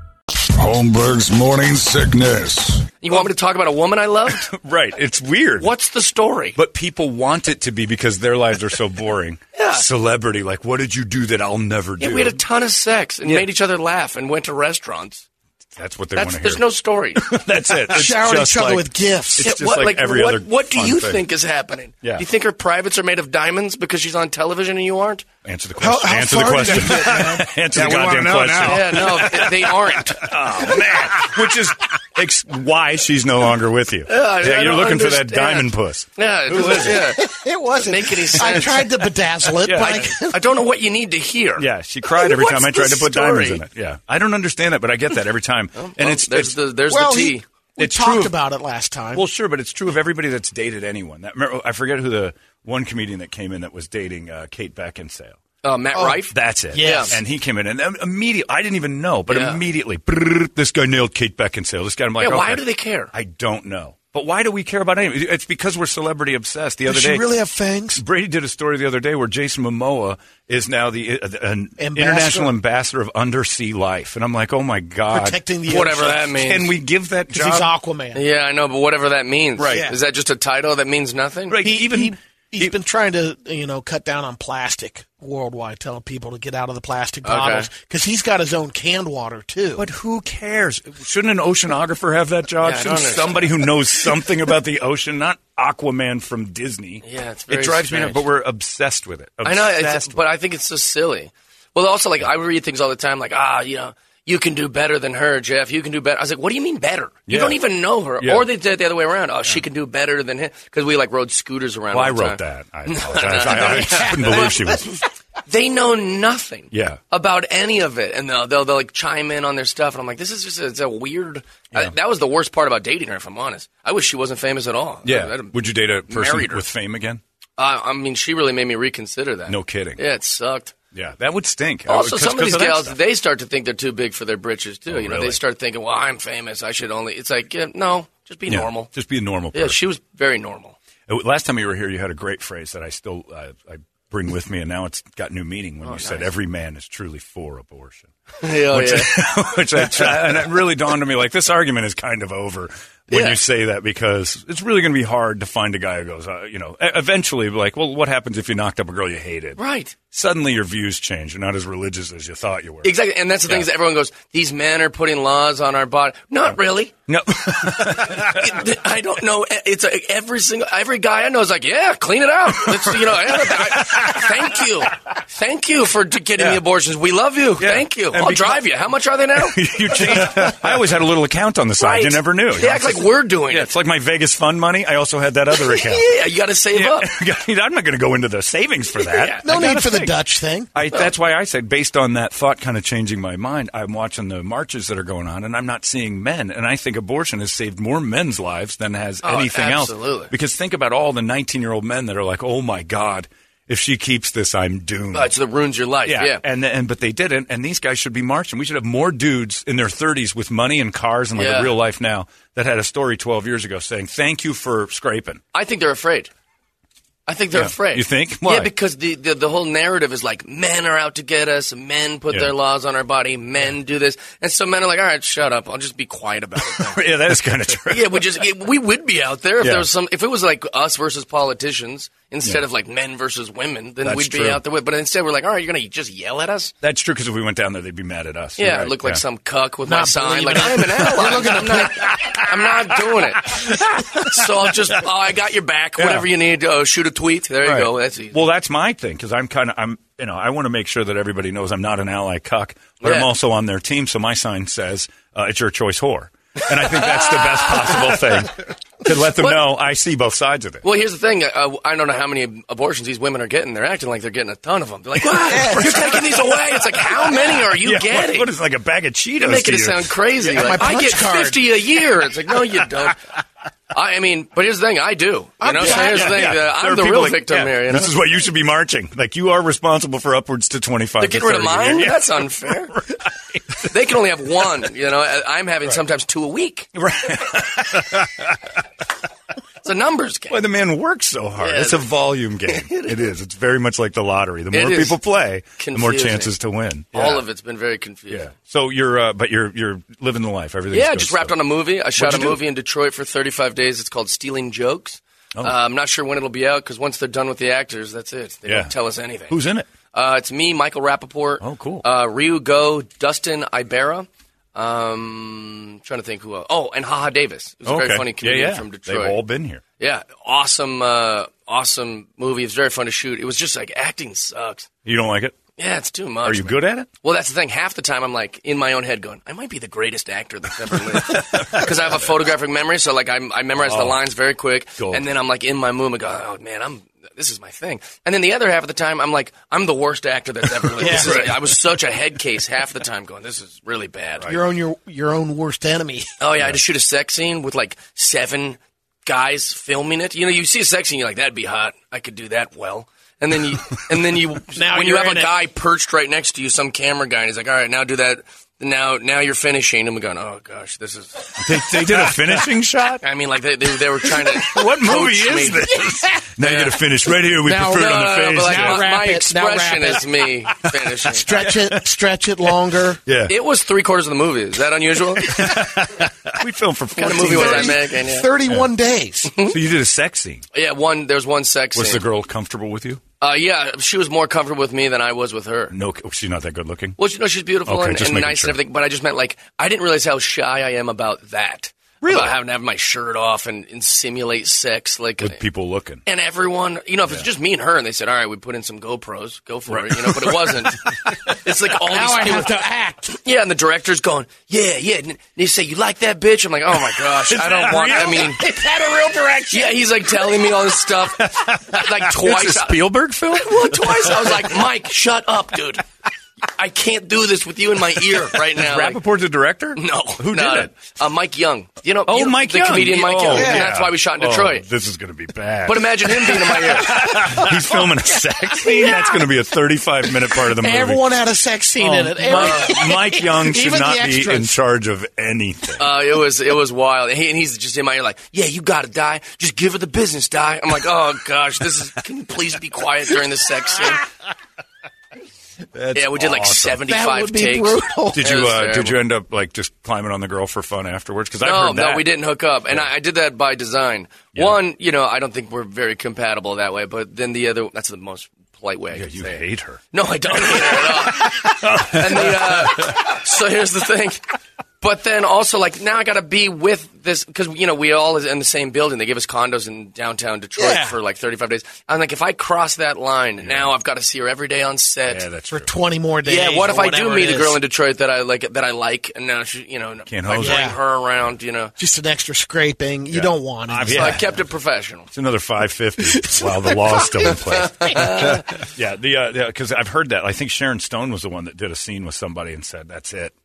Speaker 3: Holmberg's morning sickness.
Speaker 5: You want me to talk about a woman I loved?
Speaker 4: Right. It's weird.
Speaker 5: What's the story?
Speaker 4: But people want it to be because their lives are so boring.
Speaker 5: Yeah.
Speaker 4: Celebrity, like, what did you do that I'll never do?
Speaker 5: Yeah, we had a ton of sex and made each other laugh and went to restaurants.
Speaker 4: That's what they want
Speaker 5: That's,
Speaker 4: to hear.
Speaker 5: there's no story.
Speaker 4: That's it. It's
Speaker 6: Shower each other with gifts.
Speaker 4: It's
Speaker 5: Yeah,
Speaker 4: just like, every
Speaker 5: what,
Speaker 4: other.
Speaker 5: What do
Speaker 4: fun
Speaker 5: you
Speaker 4: thing.
Speaker 5: think is happening?
Speaker 4: Yeah.
Speaker 5: Do you think her privates are made of diamonds because she's on television and you aren't?
Speaker 4: Answer the
Speaker 6: How-
Speaker 4: question.
Speaker 6: how
Speaker 4: Answer the
Speaker 6: far did
Speaker 4: question.
Speaker 6: that
Speaker 4: Answer
Speaker 9: Yeah,
Speaker 4: the
Speaker 9: we wanna
Speaker 4: goddamn
Speaker 9: know
Speaker 4: question.
Speaker 9: now.
Speaker 5: Yeah, no, they- they aren't.
Speaker 4: Oh man, which is ex- why she's no longer with you.
Speaker 5: I- I
Speaker 4: you're
Speaker 5: don't
Speaker 4: looking for that
Speaker 5: understand.
Speaker 4: diamond puss.
Speaker 5: Yeah, it doesn't- yeah.
Speaker 6: It wasn't.
Speaker 5: Make any
Speaker 6: I
Speaker 5: sense.
Speaker 6: tried to bedazzle it,
Speaker 4: Yeah.
Speaker 6: but I,
Speaker 4: I-
Speaker 5: I don't know what you need to hear.
Speaker 4: Yeah, she cried every
Speaker 5: What's
Speaker 4: time I
Speaker 5: the
Speaker 4: tried to put diamonds in
Speaker 5: story?
Speaker 4: it. Yeah, I don't understand that, but I get that every time. and
Speaker 5: Well,
Speaker 4: it's
Speaker 5: there's
Speaker 4: it's,
Speaker 5: the there's
Speaker 6: well,
Speaker 5: the
Speaker 6: he-
Speaker 5: tea.
Speaker 6: we
Speaker 4: It's
Speaker 6: talked
Speaker 4: true.
Speaker 6: about it last time.
Speaker 4: Well, sure, but it's true of everybody that's dated anyone. That remember- I forget who the one comedian that came in that was dating uh, Kate Beckinsale.
Speaker 5: uh, Matt
Speaker 4: Oh,
Speaker 5: Rife.
Speaker 4: That's it.
Speaker 6: Yes.
Speaker 4: And he came in, and immediately, I didn't even know, but
Speaker 5: Yeah.
Speaker 4: immediately, brrr, this guy nailed Kate Beckinsale. This guy, I'm like,
Speaker 5: Yeah, why
Speaker 4: okay.
Speaker 5: do they care?
Speaker 4: I don't know. But why do we care about anything? It's because we're celebrity obsessed. The other
Speaker 6: Does
Speaker 4: day,
Speaker 6: she really have fangs?
Speaker 4: Brady did a story the other day where Jason Momoa is now the uh, an
Speaker 6: Ambassador?
Speaker 4: international ambassador of undersea life, and I'm like, oh my god,
Speaker 6: Protecting the
Speaker 5: Whatever
Speaker 6: ocean.
Speaker 5: that means.
Speaker 4: Can we give that
Speaker 6: Because he's
Speaker 4: job?
Speaker 6: Aquaman.
Speaker 5: Yeah, I know, but whatever that means.
Speaker 4: Right.
Speaker 6: Yeah.
Speaker 5: Is that just a title that means nothing?
Speaker 4: Right,
Speaker 6: He,
Speaker 4: even
Speaker 6: he, has been trying to, you know, cut down on plastic worldwide, telling people to get out of the plastic bottles because he's got his own canned water too.
Speaker 4: But who cares? Shouldn't an oceanographer have that job?
Speaker 5: Yeah, I don't
Speaker 4: Shouldn't
Speaker 5: understand.
Speaker 4: somebody who knows something about the ocean, not Aquaman from Disney?
Speaker 5: Yeah, it's very
Speaker 4: it drives me
Speaker 5: strange.
Speaker 4: nuts. But we're obsessed with it.
Speaker 5: I know, it's,
Speaker 4: Obsessed with
Speaker 5: but I think it's so silly. Well, also, like I read things all the time, like ah, you know, you can do better than her, Jeff. You can do better. I was like, what do you mean better? You
Speaker 4: Yeah.
Speaker 5: don't even know her.
Speaker 4: Yeah.
Speaker 5: Or they did it the other way around. Oh, she can do better than him because we like rode scooters around.
Speaker 4: Well, I
Speaker 5: all the
Speaker 4: wrote
Speaker 5: time.
Speaker 4: that. I apologize. I, I couldn't believe she was.
Speaker 5: They know nothing.
Speaker 4: Yeah.
Speaker 5: About any of it, and they'll they'll, they'll like chime in on their stuff, and I'm like, this is just a, it's a weird. I- that was the worst part about dating her, if I'm honest. I wish she wasn't famous at all. I,
Speaker 4: Yeah.
Speaker 5: I'd-
Speaker 4: Would you date a person
Speaker 5: Married her.
Speaker 4: with fame again?
Speaker 5: I, I mean, she really made me reconsider that.
Speaker 4: No kidding.
Speaker 5: Yeah, it sucked.
Speaker 4: Yeah, that would stink.
Speaker 5: Also,
Speaker 4: Uh, 'cause-
Speaker 5: some of
Speaker 4: 'cause
Speaker 5: these
Speaker 4: that
Speaker 5: gals,
Speaker 4: stuff.
Speaker 5: they start to think they're too big for their britches too.
Speaker 4: Oh,
Speaker 5: you know,
Speaker 4: really?
Speaker 5: they start thinking, "Well, I'm famous. I should only." It's like, yeah, no, just be
Speaker 4: Yeah,
Speaker 5: normal.
Speaker 4: Just be a normal person.
Speaker 5: yeah, she was very normal.
Speaker 4: Uh, Last time you were here, you had a great phrase that I still uh, I bring with me, and now it's got new meaning
Speaker 5: Oh,
Speaker 4: when you said every man is truly for abortion.
Speaker 5: Hell yeah.
Speaker 4: which I try, and it really dawned on me like this argument is kind of over when
Speaker 5: Yeah.
Speaker 4: you say that because it's really going to be hard to find a guy who goes, uh, you know, e- eventually like, well, what happens if you knocked up a girl you hated?
Speaker 5: right.
Speaker 4: Suddenly your views change. You're not as religious as you thought you were.
Speaker 5: Exactly. And that's the thing is, everyone goes, "These men are putting laws on our body." Not really.
Speaker 4: No,
Speaker 5: It- I don't know. It's like every single every guy I know is like, "Yeah, clean it out." It's, you know, I- I- thank you, thank you for t- getting
Speaker 4: Yeah.
Speaker 5: the abortions. We love you.
Speaker 4: Yeah.
Speaker 5: Thank you.
Speaker 4: And
Speaker 5: I'll
Speaker 4: because-
Speaker 5: drive you. How much are they now?
Speaker 4: you change. I always had a little account on the side. You
Speaker 5: Right.
Speaker 4: never knew.
Speaker 5: They act like we're doing
Speaker 4: Yeah,
Speaker 5: it.
Speaker 4: it's like my Vegas fund money. I also had that other account.
Speaker 5: Yeah, you got to save up.
Speaker 4: I'm not going to go into the savings for that.
Speaker 6: no
Speaker 4: I gotta
Speaker 6: need for the
Speaker 4: think.
Speaker 6: Dutch thing.
Speaker 4: I, that's why I said, based on that thought kind of changing my mind, I'm watching the marches that are going on and I'm not seeing men. And I think abortion has saved more men's lives than has
Speaker 5: Oh,
Speaker 4: anything
Speaker 5: absolutely.
Speaker 4: else. Because think about all the 19 year old men that are like, oh my God, if she keeps this, I'm doomed.
Speaker 5: Oh, it's that ruins your life. Yeah.
Speaker 4: yeah. And, and, but they didn't. And these guys should be marching. We should have more dudes in their 30s with money and cars and like
Speaker 5: Yeah.
Speaker 4: a real life now that had a story 12 years ago saying, thank you for scraping.
Speaker 5: I think they're afraid. I think they're
Speaker 4: Yeah.
Speaker 5: afraid.
Speaker 4: You think?
Speaker 5: Yeah,
Speaker 4: Why?
Speaker 5: because the, the the whole narrative is like men are out to get us. Men put
Speaker 4: Yeah.
Speaker 5: their laws on our body. Men do this, and so men are like, all right, shut up. I'll just be quiet about it.
Speaker 4: yeah, that is kind of true.
Speaker 5: yeah, we just it- we would be out there if
Speaker 4: Yeah.
Speaker 5: there was some if it was like us versus politicians instead
Speaker 4: Yeah.
Speaker 5: of like men versus women. Then
Speaker 4: That's
Speaker 5: we'd be
Speaker 4: true.
Speaker 5: out there with. But instead, we're like, all right, you're gonna just yell at us.
Speaker 4: That's true because if we went down there, they'd be mad at us.
Speaker 5: Yeah,
Speaker 4: You're
Speaker 5: I
Speaker 4: right.
Speaker 5: look like
Speaker 4: Yeah.
Speaker 5: some cuck with my
Speaker 6: Not
Speaker 5: sign. Like
Speaker 6: believing it.
Speaker 5: I'm an ally. I'm not, I'm not doing it. So I'll just. Oh, I got your back. Whatever you need. Oh, shoot a tweet. There
Speaker 4: Right.
Speaker 5: you go. That's easy.
Speaker 4: Well, that's my thing because I'm kind of I'm you know I want to make sure that everybody knows I'm not an ally cuck, but I'm
Speaker 5: Yeah.
Speaker 4: also on their team. So my sign says uh, it's your choice whore, and I think that's the best possible thing to let them
Speaker 5: What?
Speaker 4: know I see both sides of it.
Speaker 5: Well, here's the thing. Uh, I don't know how many abortions these women are getting. They're acting like they're getting a ton of them. They're like, what? You're taking these away. It's like, how many are you
Speaker 4: Yeah,
Speaker 5: getting?
Speaker 4: What, what is it, like a bag of Cheetos?
Speaker 5: You're
Speaker 4: to
Speaker 5: making it
Speaker 4: you?
Speaker 5: sound crazy.
Speaker 6: Yeah,
Speaker 5: like,
Speaker 6: my
Speaker 5: I
Speaker 6: punch
Speaker 5: get
Speaker 6: card.
Speaker 5: 50 a year. It's like, no, you don't. I, I mean, but here's the thing. I do. You know, so here's the thing.
Speaker 4: yeah.
Speaker 5: uh,
Speaker 4: There are
Speaker 5: I'm the
Speaker 4: people
Speaker 5: real
Speaker 4: like,
Speaker 5: victim
Speaker 4: yeah,
Speaker 5: here. You know?
Speaker 4: This is why you should be marching. Like you are responsible for upwards to twenty five.
Speaker 5: They're getting rid of mine? That's unfair. They can only have one. You know, I- I'm having sometimes two a week. Right. it's a numbers game.
Speaker 4: Why the man works so hard?
Speaker 5: Yeah,
Speaker 4: it's a
Speaker 5: the-
Speaker 4: volume game. it is. It's very much like the lottery. The more
Speaker 5: is
Speaker 4: people play, the more
Speaker 5: confusing.
Speaker 4: chances to win.
Speaker 5: All
Speaker 4: Yeah.
Speaker 5: of it's been very confusing.
Speaker 4: Yeah. So you're, uh, but you're you're living the life. Everything.
Speaker 5: Yeah, I just wrapped on a movie. I shot
Speaker 4: What'd
Speaker 5: a
Speaker 4: you do?
Speaker 5: movie in Detroit for 35 days. It's called Stealing Jokes.
Speaker 4: Oh.
Speaker 5: Uh, I'm not sure when it'll be out because once they're done with the actors, that's it. They
Speaker 4: Yeah.
Speaker 5: don't tell us anything.
Speaker 4: Who's in it?
Speaker 5: Uh, it's me, Michael Rappaport.
Speaker 4: Oh, cool.
Speaker 5: Uh, Ryu Go, Dustin Ibera, Um, trying to think who else. Oh, and Haha Davis. It was a
Speaker 4: Okay.
Speaker 5: very funny
Speaker 4: Yeah,
Speaker 5: comedian
Speaker 4: yeah.
Speaker 5: from
Speaker 4: They've
Speaker 5: Detroit.
Speaker 4: all been here.
Speaker 5: Yeah, awesome, uh, awesome movie. It was very fun to shoot. It was just like acting sucks.
Speaker 4: You don't like it?
Speaker 5: Yeah, it's too much.
Speaker 4: Are you
Speaker 5: man.
Speaker 4: good at it?
Speaker 5: Well, that's the thing. Half the time, I'm like in my own head, going, "I might be the greatest actor that's ever lived," because I have a photographic memory. So, like, I, I memorize the
Speaker 4: Oh.
Speaker 5: lines very quick,
Speaker 4: Gold.
Speaker 5: and then I'm like in my movement, going, "Oh man, I'm this is my thing." And then the other half of the time, I'm like, "I'm the worst actor that's ever lived." This is- I was such a head case half the time, going, "This is really bad."
Speaker 6: Your own your your own worst enemy.
Speaker 5: Oh yeah, I had to shoot a sex scene with like seven guys filming it. You know, you see a sex scene, you're like, "That'd be hot. I could do that well." And then you, and then you,
Speaker 6: Now
Speaker 5: when you
Speaker 6: you're
Speaker 5: have a
Speaker 6: in it.
Speaker 5: guy perched right next to you, some camera guy, and he's like, "All right, now do that." Now, now you're finishing. And we're going, "Oh gosh, this is."
Speaker 4: They, they did a finishing shot.
Speaker 5: I mean, like they, they, they were trying to.
Speaker 4: What movie
Speaker 5: coach
Speaker 4: is
Speaker 5: me.
Speaker 4: this? Now you did a finish right here. We
Speaker 5: Now,
Speaker 4: prefer it
Speaker 5: no,
Speaker 4: on the
Speaker 5: no, no,
Speaker 4: face.
Speaker 5: but like,
Speaker 6: Now
Speaker 5: my,
Speaker 6: wrap
Speaker 5: my
Speaker 6: it, now
Speaker 5: expression
Speaker 6: wrap it.
Speaker 5: is me finishing.
Speaker 6: Stretch it, stretch it longer.
Speaker 4: yeah,
Speaker 5: It was three quarters of the movie. Is that unusual? what
Speaker 4: we filmed for 14
Speaker 5: kind of movie was I
Speaker 4: days.
Speaker 5: making? Yeah.
Speaker 6: Thirty-one days.
Speaker 4: So you did a sex scene.
Speaker 5: yeah, one. There's one sex
Speaker 4: Was the
Speaker 5: scene.
Speaker 4: girl comfortable with you?
Speaker 5: uh, yeah, she was more comfortable with me than I was with her.
Speaker 4: No, oh, she's not that good looking.
Speaker 5: Well, she, no, she's beautiful
Speaker 4: Okay,
Speaker 5: and,
Speaker 4: just
Speaker 5: and
Speaker 4: making
Speaker 5: nice
Speaker 4: sure.
Speaker 5: and everything. But I just meant like I didn't realize how shy I am about that. Really, about having to have my shirt off and, and simulate sex like
Speaker 4: With people looking.
Speaker 5: and everyone, you know, if it's just me and her, and they said, "All right, we put in some GoPros, go for it," you know, but it wasn't. it's like all
Speaker 6: Now
Speaker 5: these
Speaker 6: I
Speaker 5: people,
Speaker 6: have to act.
Speaker 5: yeah, and the director's going, "Yeah, yeah," and they say, "You like that bitch?" I'm like, "Oh my gosh, I don't want." I mean,
Speaker 6: Is that a real direction?
Speaker 5: yeah, he's like telling me all this stuff, like twice.
Speaker 4: It's a Spielberg film.
Speaker 5: well, twice I was like, "Mike, shut up, dude. I can't do this with you in my ear right now." Like,
Speaker 4: Rappaport's a director.
Speaker 5: no,
Speaker 4: who
Speaker 5: no,
Speaker 4: did it?
Speaker 5: Uh, Mike Young. You know,
Speaker 4: Oh,
Speaker 5: you know,
Speaker 4: Mike
Speaker 5: the
Speaker 4: Young.
Speaker 5: comedian Mike
Speaker 4: Oh,
Speaker 5: Young.
Speaker 4: yeah.
Speaker 5: And that's why we shot in
Speaker 4: Oh,
Speaker 5: Detroit.
Speaker 4: this is going to be bad.
Speaker 5: but imagine him being in my ear.
Speaker 4: he's filming a sex scene. That's going to be a 35 minute part of the movie.
Speaker 6: Everyone had a sex scene in
Speaker 5: Oh,
Speaker 6: it. Every-
Speaker 4: Mike, Mike Young should
Speaker 6: Even the
Speaker 4: not be
Speaker 6: extras.
Speaker 4: in charge of anything.
Speaker 5: Uh, it was it was wild. And, he, and he's just in my ear like, yeah, you gotta die. Just give her the business, die. I'm like, oh gosh, this is. Can you please be quiet during the sex scene? yeah, we did like
Speaker 4: awesome.
Speaker 5: 75
Speaker 6: that would be
Speaker 5: takes.
Speaker 6: brutal.
Speaker 4: Did
Speaker 5: It
Speaker 4: you
Speaker 5: was
Speaker 4: uh, did
Speaker 5: terrible.
Speaker 4: you end up like just climbing on the girl for fun afterwards? Because I've
Speaker 5: No,
Speaker 4: heard that.
Speaker 5: no, we didn't hook up, and I, I did that by design. One, you know, I don't think we're very compatible that way. But then the other—that's the most polite way. I
Speaker 4: Yeah,
Speaker 5: could
Speaker 4: you
Speaker 5: say it.
Speaker 4: hate her.
Speaker 5: No, I don't hate her at all. and then, uh, so here's the thing. But then also, like, now I got to be with this because, you know, we all is in the same building. They give us condos in downtown Detroit
Speaker 6: Yeah.
Speaker 5: for like 35 days. I'm like, if I cross that line, now I've got to see her every day on set.
Speaker 4: Yeah, that's
Speaker 6: For
Speaker 4: true.
Speaker 6: twenty more days.
Speaker 5: Yeah, what if
Speaker 6: or
Speaker 5: I do
Speaker 6: whatever
Speaker 5: meet
Speaker 6: it
Speaker 5: a girl
Speaker 6: is.
Speaker 5: in Detroit that I like, that I like, and now she, you know,
Speaker 4: Can't
Speaker 5: I
Speaker 4: hose
Speaker 5: bring
Speaker 6: her.
Speaker 5: her around, you know.
Speaker 6: Just an extra scraping. You don't want it.
Speaker 5: So I kept it professional.
Speaker 4: It's another 550 while the law's still in place. yeah, the uh, yeah, 'cause I've heard that. I think Sharon Stone was the one that did a scene with somebody and said, "That's it."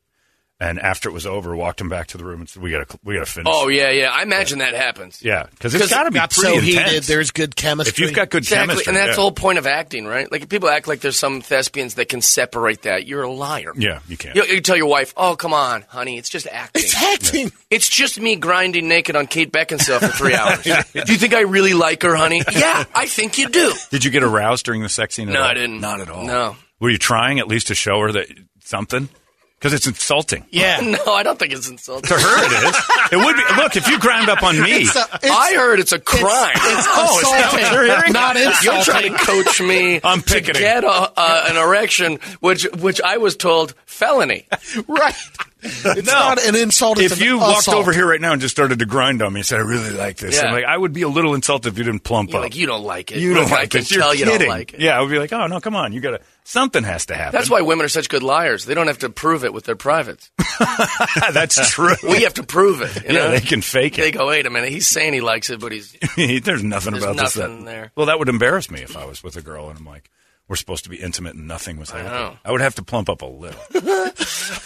Speaker 4: And after it was over, walked him back to the room and said, "We got to we got to finish."
Speaker 5: Oh yeah, yeah. I imagine that happens.
Speaker 4: yeah, because it's
Speaker 5: 'Cause
Speaker 4: got to be
Speaker 6: Got
Speaker 4: pretty
Speaker 6: so
Speaker 4: intense.
Speaker 6: heated. There's good chemistry.
Speaker 4: if you've got good
Speaker 5: Exactly,
Speaker 4: chemistry,
Speaker 5: and that's
Speaker 4: yeah.
Speaker 5: the whole point of acting, right? Like if people act like there's some thespians that can separate that. You're a liar.
Speaker 4: Yeah, you can't.
Speaker 5: You, you tell your wife, "Oh, come on, honey, it's just acting.
Speaker 6: it's acting.
Speaker 5: It's just me grinding naked on Kate Beckinsale for three hours. do you think I really like her, honey? Yeah, I think you do.
Speaker 4: Did you get aroused during the sex scene? at
Speaker 5: No,
Speaker 4: all?
Speaker 5: I didn't.
Speaker 4: Not at all.
Speaker 5: No.
Speaker 4: Were you trying at least to show her that something? Because it's insulting.
Speaker 6: Yeah.
Speaker 5: No, I don't think it's insulting.
Speaker 4: To her, it is. It would be. Look, if you grind up on me,
Speaker 6: It's a- it's-
Speaker 5: I heard it's a crime.
Speaker 6: It's
Speaker 4: Oh, is that what
Speaker 6: assaulting,
Speaker 4: you're hearing?
Speaker 6: not
Speaker 5: You're trying
Speaker 6: insulting.
Speaker 5: to coach me
Speaker 4: I'm
Speaker 5: to
Speaker 4: picketing.
Speaker 5: get a, uh, an erection, which which I was told felony.
Speaker 6: right. It's not an insult. It's
Speaker 4: if
Speaker 6: an
Speaker 4: you
Speaker 5: Uh,
Speaker 6: assault.
Speaker 4: walked over here right now and just started to grind on me and said, "I really like this,"
Speaker 5: Yeah.
Speaker 4: I'm like, I would be a little insulted if you didn't plump
Speaker 5: You're
Speaker 4: up.
Speaker 5: like, you don't like it.
Speaker 4: You don't
Speaker 5: Look,
Speaker 4: like
Speaker 5: I can
Speaker 4: this.
Speaker 5: tell
Speaker 4: You're
Speaker 5: you
Speaker 4: kidding.
Speaker 5: don't like it.
Speaker 4: Yeah, I would be like, "Oh no, come on, you gotta something has to happen."
Speaker 5: That's why women are such good liars. They don't have to prove it with their privates.
Speaker 4: that's true.
Speaker 5: We have to prove it. You
Speaker 4: yeah,
Speaker 5: know?
Speaker 4: they can fake
Speaker 5: They
Speaker 4: it.
Speaker 5: go, wait a minute. He's saying he likes it, but he's
Speaker 4: there's nothing
Speaker 5: There's
Speaker 4: about this
Speaker 5: nothing
Speaker 4: that-
Speaker 5: there.
Speaker 4: Well, that would embarrass me if I was with a girl and I'm like, "We're supposed to be intimate and nothing was happening."
Speaker 5: know.
Speaker 4: I would have to plump up a little.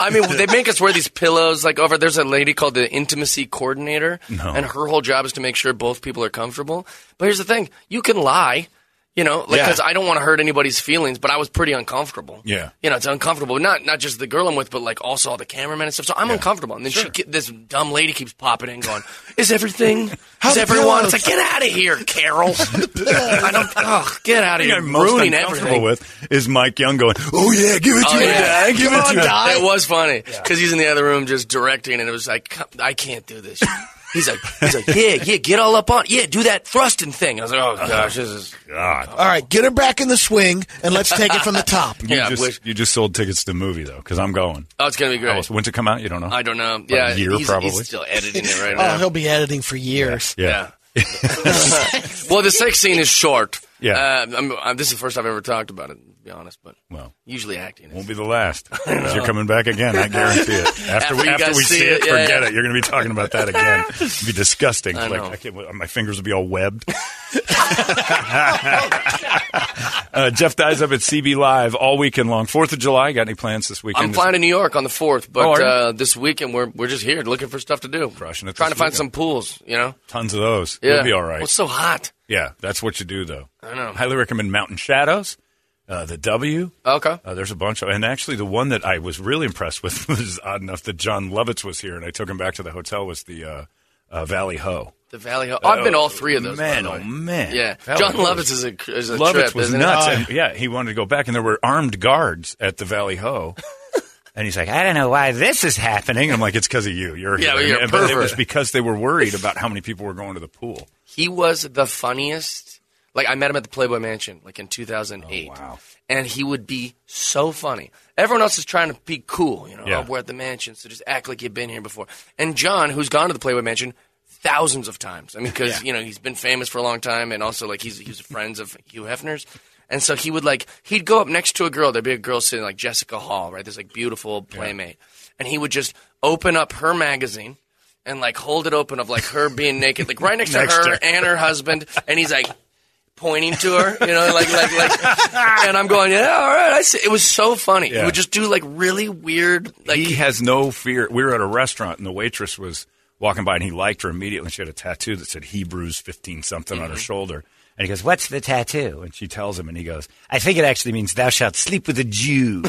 Speaker 5: I mean, they make us wear these pillows. Like over there's a lady called the intimacy coordinator,
Speaker 4: No.
Speaker 5: and her whole job is to make sure both people are comfortable. But here's the thing: you can lie, you know, like
Speaker 4: Yeah.
Speaker 5: because I don't want to hurt anybody's feelings. But I was pretty uncomfortable.
Speaker 4: Yeah.
Speaker 5: you know, it's uncomfortable. Not not just the girl I'm with, but like also all the cameramen and stuff. So I'm uncomfortable. And then she she, this dumb lady keeps popping in, going, "Is everything? is
Speaker 6: the
Speaker 5: everyone?"
Speaker 6: pillows?
Speaker 5: It's like, get out of here, Carol. I don't. Oh, get out of
Speaker 4: thing
Speaker 5: here.
Speaker 4: I'm most
Speaker 5: ruining
Speaker 4: uncomfortable
Speaker 5: everything.
Speaker 4: with is Mike Young going, "Oh yeah, give it to
Speaker 5: Oh,
Speaker 4: me,
Speaker 5: yeah.
Speaker 4: Dad, give it to me."
Speaker 5: It was funny because he's in the other room just directing, and it was like, "Come- I can't do this. He's like, he's like, yeah, yeah, get all up on, yeah, do that thrusting thing. I was like, oh
Speaker 4: Uh-huh.
Speaker 5: gosh, this is
Speaker 4: God.
Speaker 6: All right, get her back in the swing and let's take it from the top.
Speaker 4: Ah, You,
Speaker 5: Yeah, I
Speaker 4: just,
Speaker 5: wish-
Speaker 4: you just sold tickets to the movie, though, because I'm going.
Speaker 5: Oh, it's gonna be great.
Speaker 4: Oh, when's it come out? You don't know?
Speaker 5: I don't know.
Speaker 4: About
Speaker 5: Yeah,
Speaker 4: a year,
Speaker 5: he's, he's
Speaker 4: probably.
Speaker 5: still editing it right
Speaker 6: Oh,
Speaker 5: now.
Speaker 6: he'll be editing for years.
Speaker 4: yeah.
Speaker 5: well, the sex scene is short.
Speaker 4: Yeah.
Speaker 5: uh, I'm, I'm, this is the first I've ever talked about it. To be honest, but
Speaker 4: Well,
Speaker 5: usually acting. Is.
Speaker 4: won't be the last. 'cause You're coming back again. I guarantee it. After, we,
Speaker 5: you
Speaker 4: after
Speaker 5: guys
Speaker 4: we
Speaker 5: see
Speaker 4: see it,
Speaker 5: it, yeah,
Speaker 4: forget
Speaker 5: yeah.
Speaker 4: it. You're going to be talking about that again. It'd be disgusting.
Speaker 5: I
Speaker 4: like,
Speaker 5: know.
Speaker 4: I can't, my fingers will be all webbed. uh, Jeff dies up at CB Live all weekend long. Fourth of July. Got any plans this weekend?
Speaker 5: I'm flying to New York on the fourth, but
Speaker 4: Oh, are you?
Speaker 5: uh, this weekend we're we're just here looking for stuff to do,
Speaker 4: Crushing it this
Speaker 5: trying to find
Speaker 4: weekend.
Speaker 5: some pools. You know,
Speaker 4: Tons of those.
Speaker 5: yeah,
Speaker 4: You'll be all right.
Speaker 5: Well, it's so hot.
Speaker 4: yeah, that's what you do though.
Speaker 5: I know.
Speaker 4: Highly recommend Mountain Shadows, uh, the W.
Speaker 5: Okay,
Speaker 4: Uh, there's a bunch of, and actually, the one that I was really impressed with was odd enough that John Lovitz was here, and I took him back to the hotel. Was the uh, uh, Valley Ho?
Speaker 5: the Valley. Ho- I've been
Speaker 4: Oh,
Speaker 5: all three of those. by
Speaker 4: Man,
Speaker 5: the
Speaker 4: oh
Speaker 5: way.
Speaker 4: man!
Speaker 5: Yeah,
Speaker 4: Valley
Speaker 5: John
Speaker 4: Ho
Speaker 5: Lovitz
Speaker 4: was-
Speaker 5: is a is a
Speaker 4: Lovitz
Speaker 5: trip,
Speaker 4: was
Speaker 5: isn't
Speaker 4: nuts.
Speaker 5: it?
Speaker 4: and, yeah, he wanted to go back, and there were armed guards at the Valley Ho. And he's like, I don't know why this is happening. And I'm like, it's because of you. You're
Speaker 5: Yeah,
Speaker 4: here.
Speaker 5: you're a
Speaker 4: And- but it
Speaker 5: pervert.
Speaker 4: was because they were worried about how many people were going to the pool.
Speaker 5: He was the funniest. Like I met him at the Playboy Mansion, like in 2008.
Speaker 4: Oh, wow.
Speaker 5: And he would be so funny. Everyone else is trying to be cool, you know.
Speaker 4: Yeah.
Speaker 5: "Oh, we're at the mansion, so just act like you've been here before. And John, who's gone to the Playboy Mansion thousands of times, I mean, because you know he's been famous for a long time, and also like he's he was friends of Hugh Hefner's. And so he would like he'd go up next to a girl. There'd be a girl sitting like Jessica Hall, right? This like beautiful playmate, and he would just open up her magazine and like hold it open of like her being naked, like right next,
Speaker 4: Next
Speaker 5: to
Speaker 4: to
Speaker 5: her
Speaker 4: her.
Speaker 5: and her husband, and he's like pointing to her, you know, like like like, and I'm going, yeah, all right, I see. It was so funny. He
Speaker 4: Yeah.
Speaker 5: would just do like really weird, like
Speaker 4: he has no fear. We were at a restaurant and the waitress was walking by and he liked her immediately. She had a tattoo that said Hebrews 15 something on her
Speaker 5: Mm-hmm.
Speaker 4: shoulder. And he goes, What's the tattoo? And she tells him and he goes, I think it actually means thou shalt sleep with a Jew.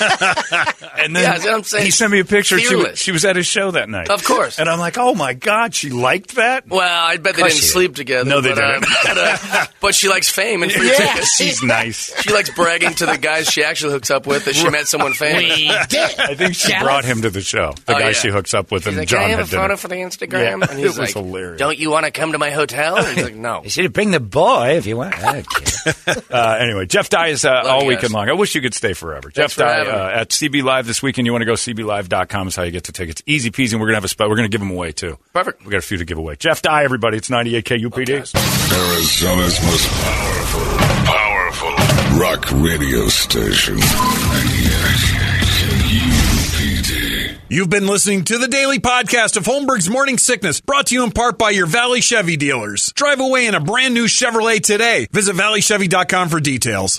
Speaker 4: and then
Speaker 5: Yeah, that's what I'm saying.
Speaker 4: he sent me a picture. She was,
Speaker 5: Fearless.
Speaker 4: she was at his show that night.
Speaker 5: Of course.
Speaker 4: And I'm like, Oh my God, she liked that?
Speaker 5: Well, I bet they
Speaker 4: Course
Speaker 5: didn't
Speaker 4: she
Speaker 5: sleep
Speaker 4: did.
Speaker 5: together.
Speaker 4: No, they
Speaker 5: but, uh,
Speaker 4: didn't.
Speaker 5: but, uh, but she likes fame and free
Speaker 4: Yeah,
Speaker 5: tickets.
Speaker 4: she's nice.
Speaker 5: She likes bragging to the guys she actually hooks up with that she met someone famous.
Speaker 6: We did.
Speaker 4: I think she brought him to the show. The
Speaker 5: Oh,
Speaker 4: guy
Speaker 5: yeah.
Speaker 4: she hooks up with,
Speaker 5: She's
Speaker 4: and
Speaker 5: like,
Speaker 4: John
Speaker 5: can I have
Speaker 4: had
Speaker 5: a photo
Speaker 4: dinner.
Speaker 5: for the Instagram?
Speaker 4: Yeah,
Speaker 5: And he's
Speaker 4: it was
Speaker 5: like,
Speaker 4: hilarious.
Speaker 5: don't you want to come to my hotel? And he's like, no.
Speaker 4: should bring the boy if you want. uh, anyway, Jeff Dye is uh, all
Speaker 5: you
Speaker 4: weekend
Speaker 5: guys.
Speaker 4: long. I wish you could stay forever. Jeff
Speaker 5: for
Speaker 4: Dye
Speaker 5: having me.
Speaker 4: uh, at CB Live this weekend. You want to go CBLive.com is how you get the tickets. Easy peasy. And we're gonna have a spot. We're gonna give them away too.
Speaker 5: Perfect.
Speaker 4: We got a few to give away. Jeff Dye, everybody. It's 98 KUPD.
Speaker 3: Arizona's most powerful, powerful rock radio station. 98 KUPD.
Speaker 1: You've been listening to the daily podcast of Holmberg's Morning Sickness, brought to you in part by your Valley Chevy dealers. Drive away in a brand new Chevrolet today. Visit valleychevy.com for details.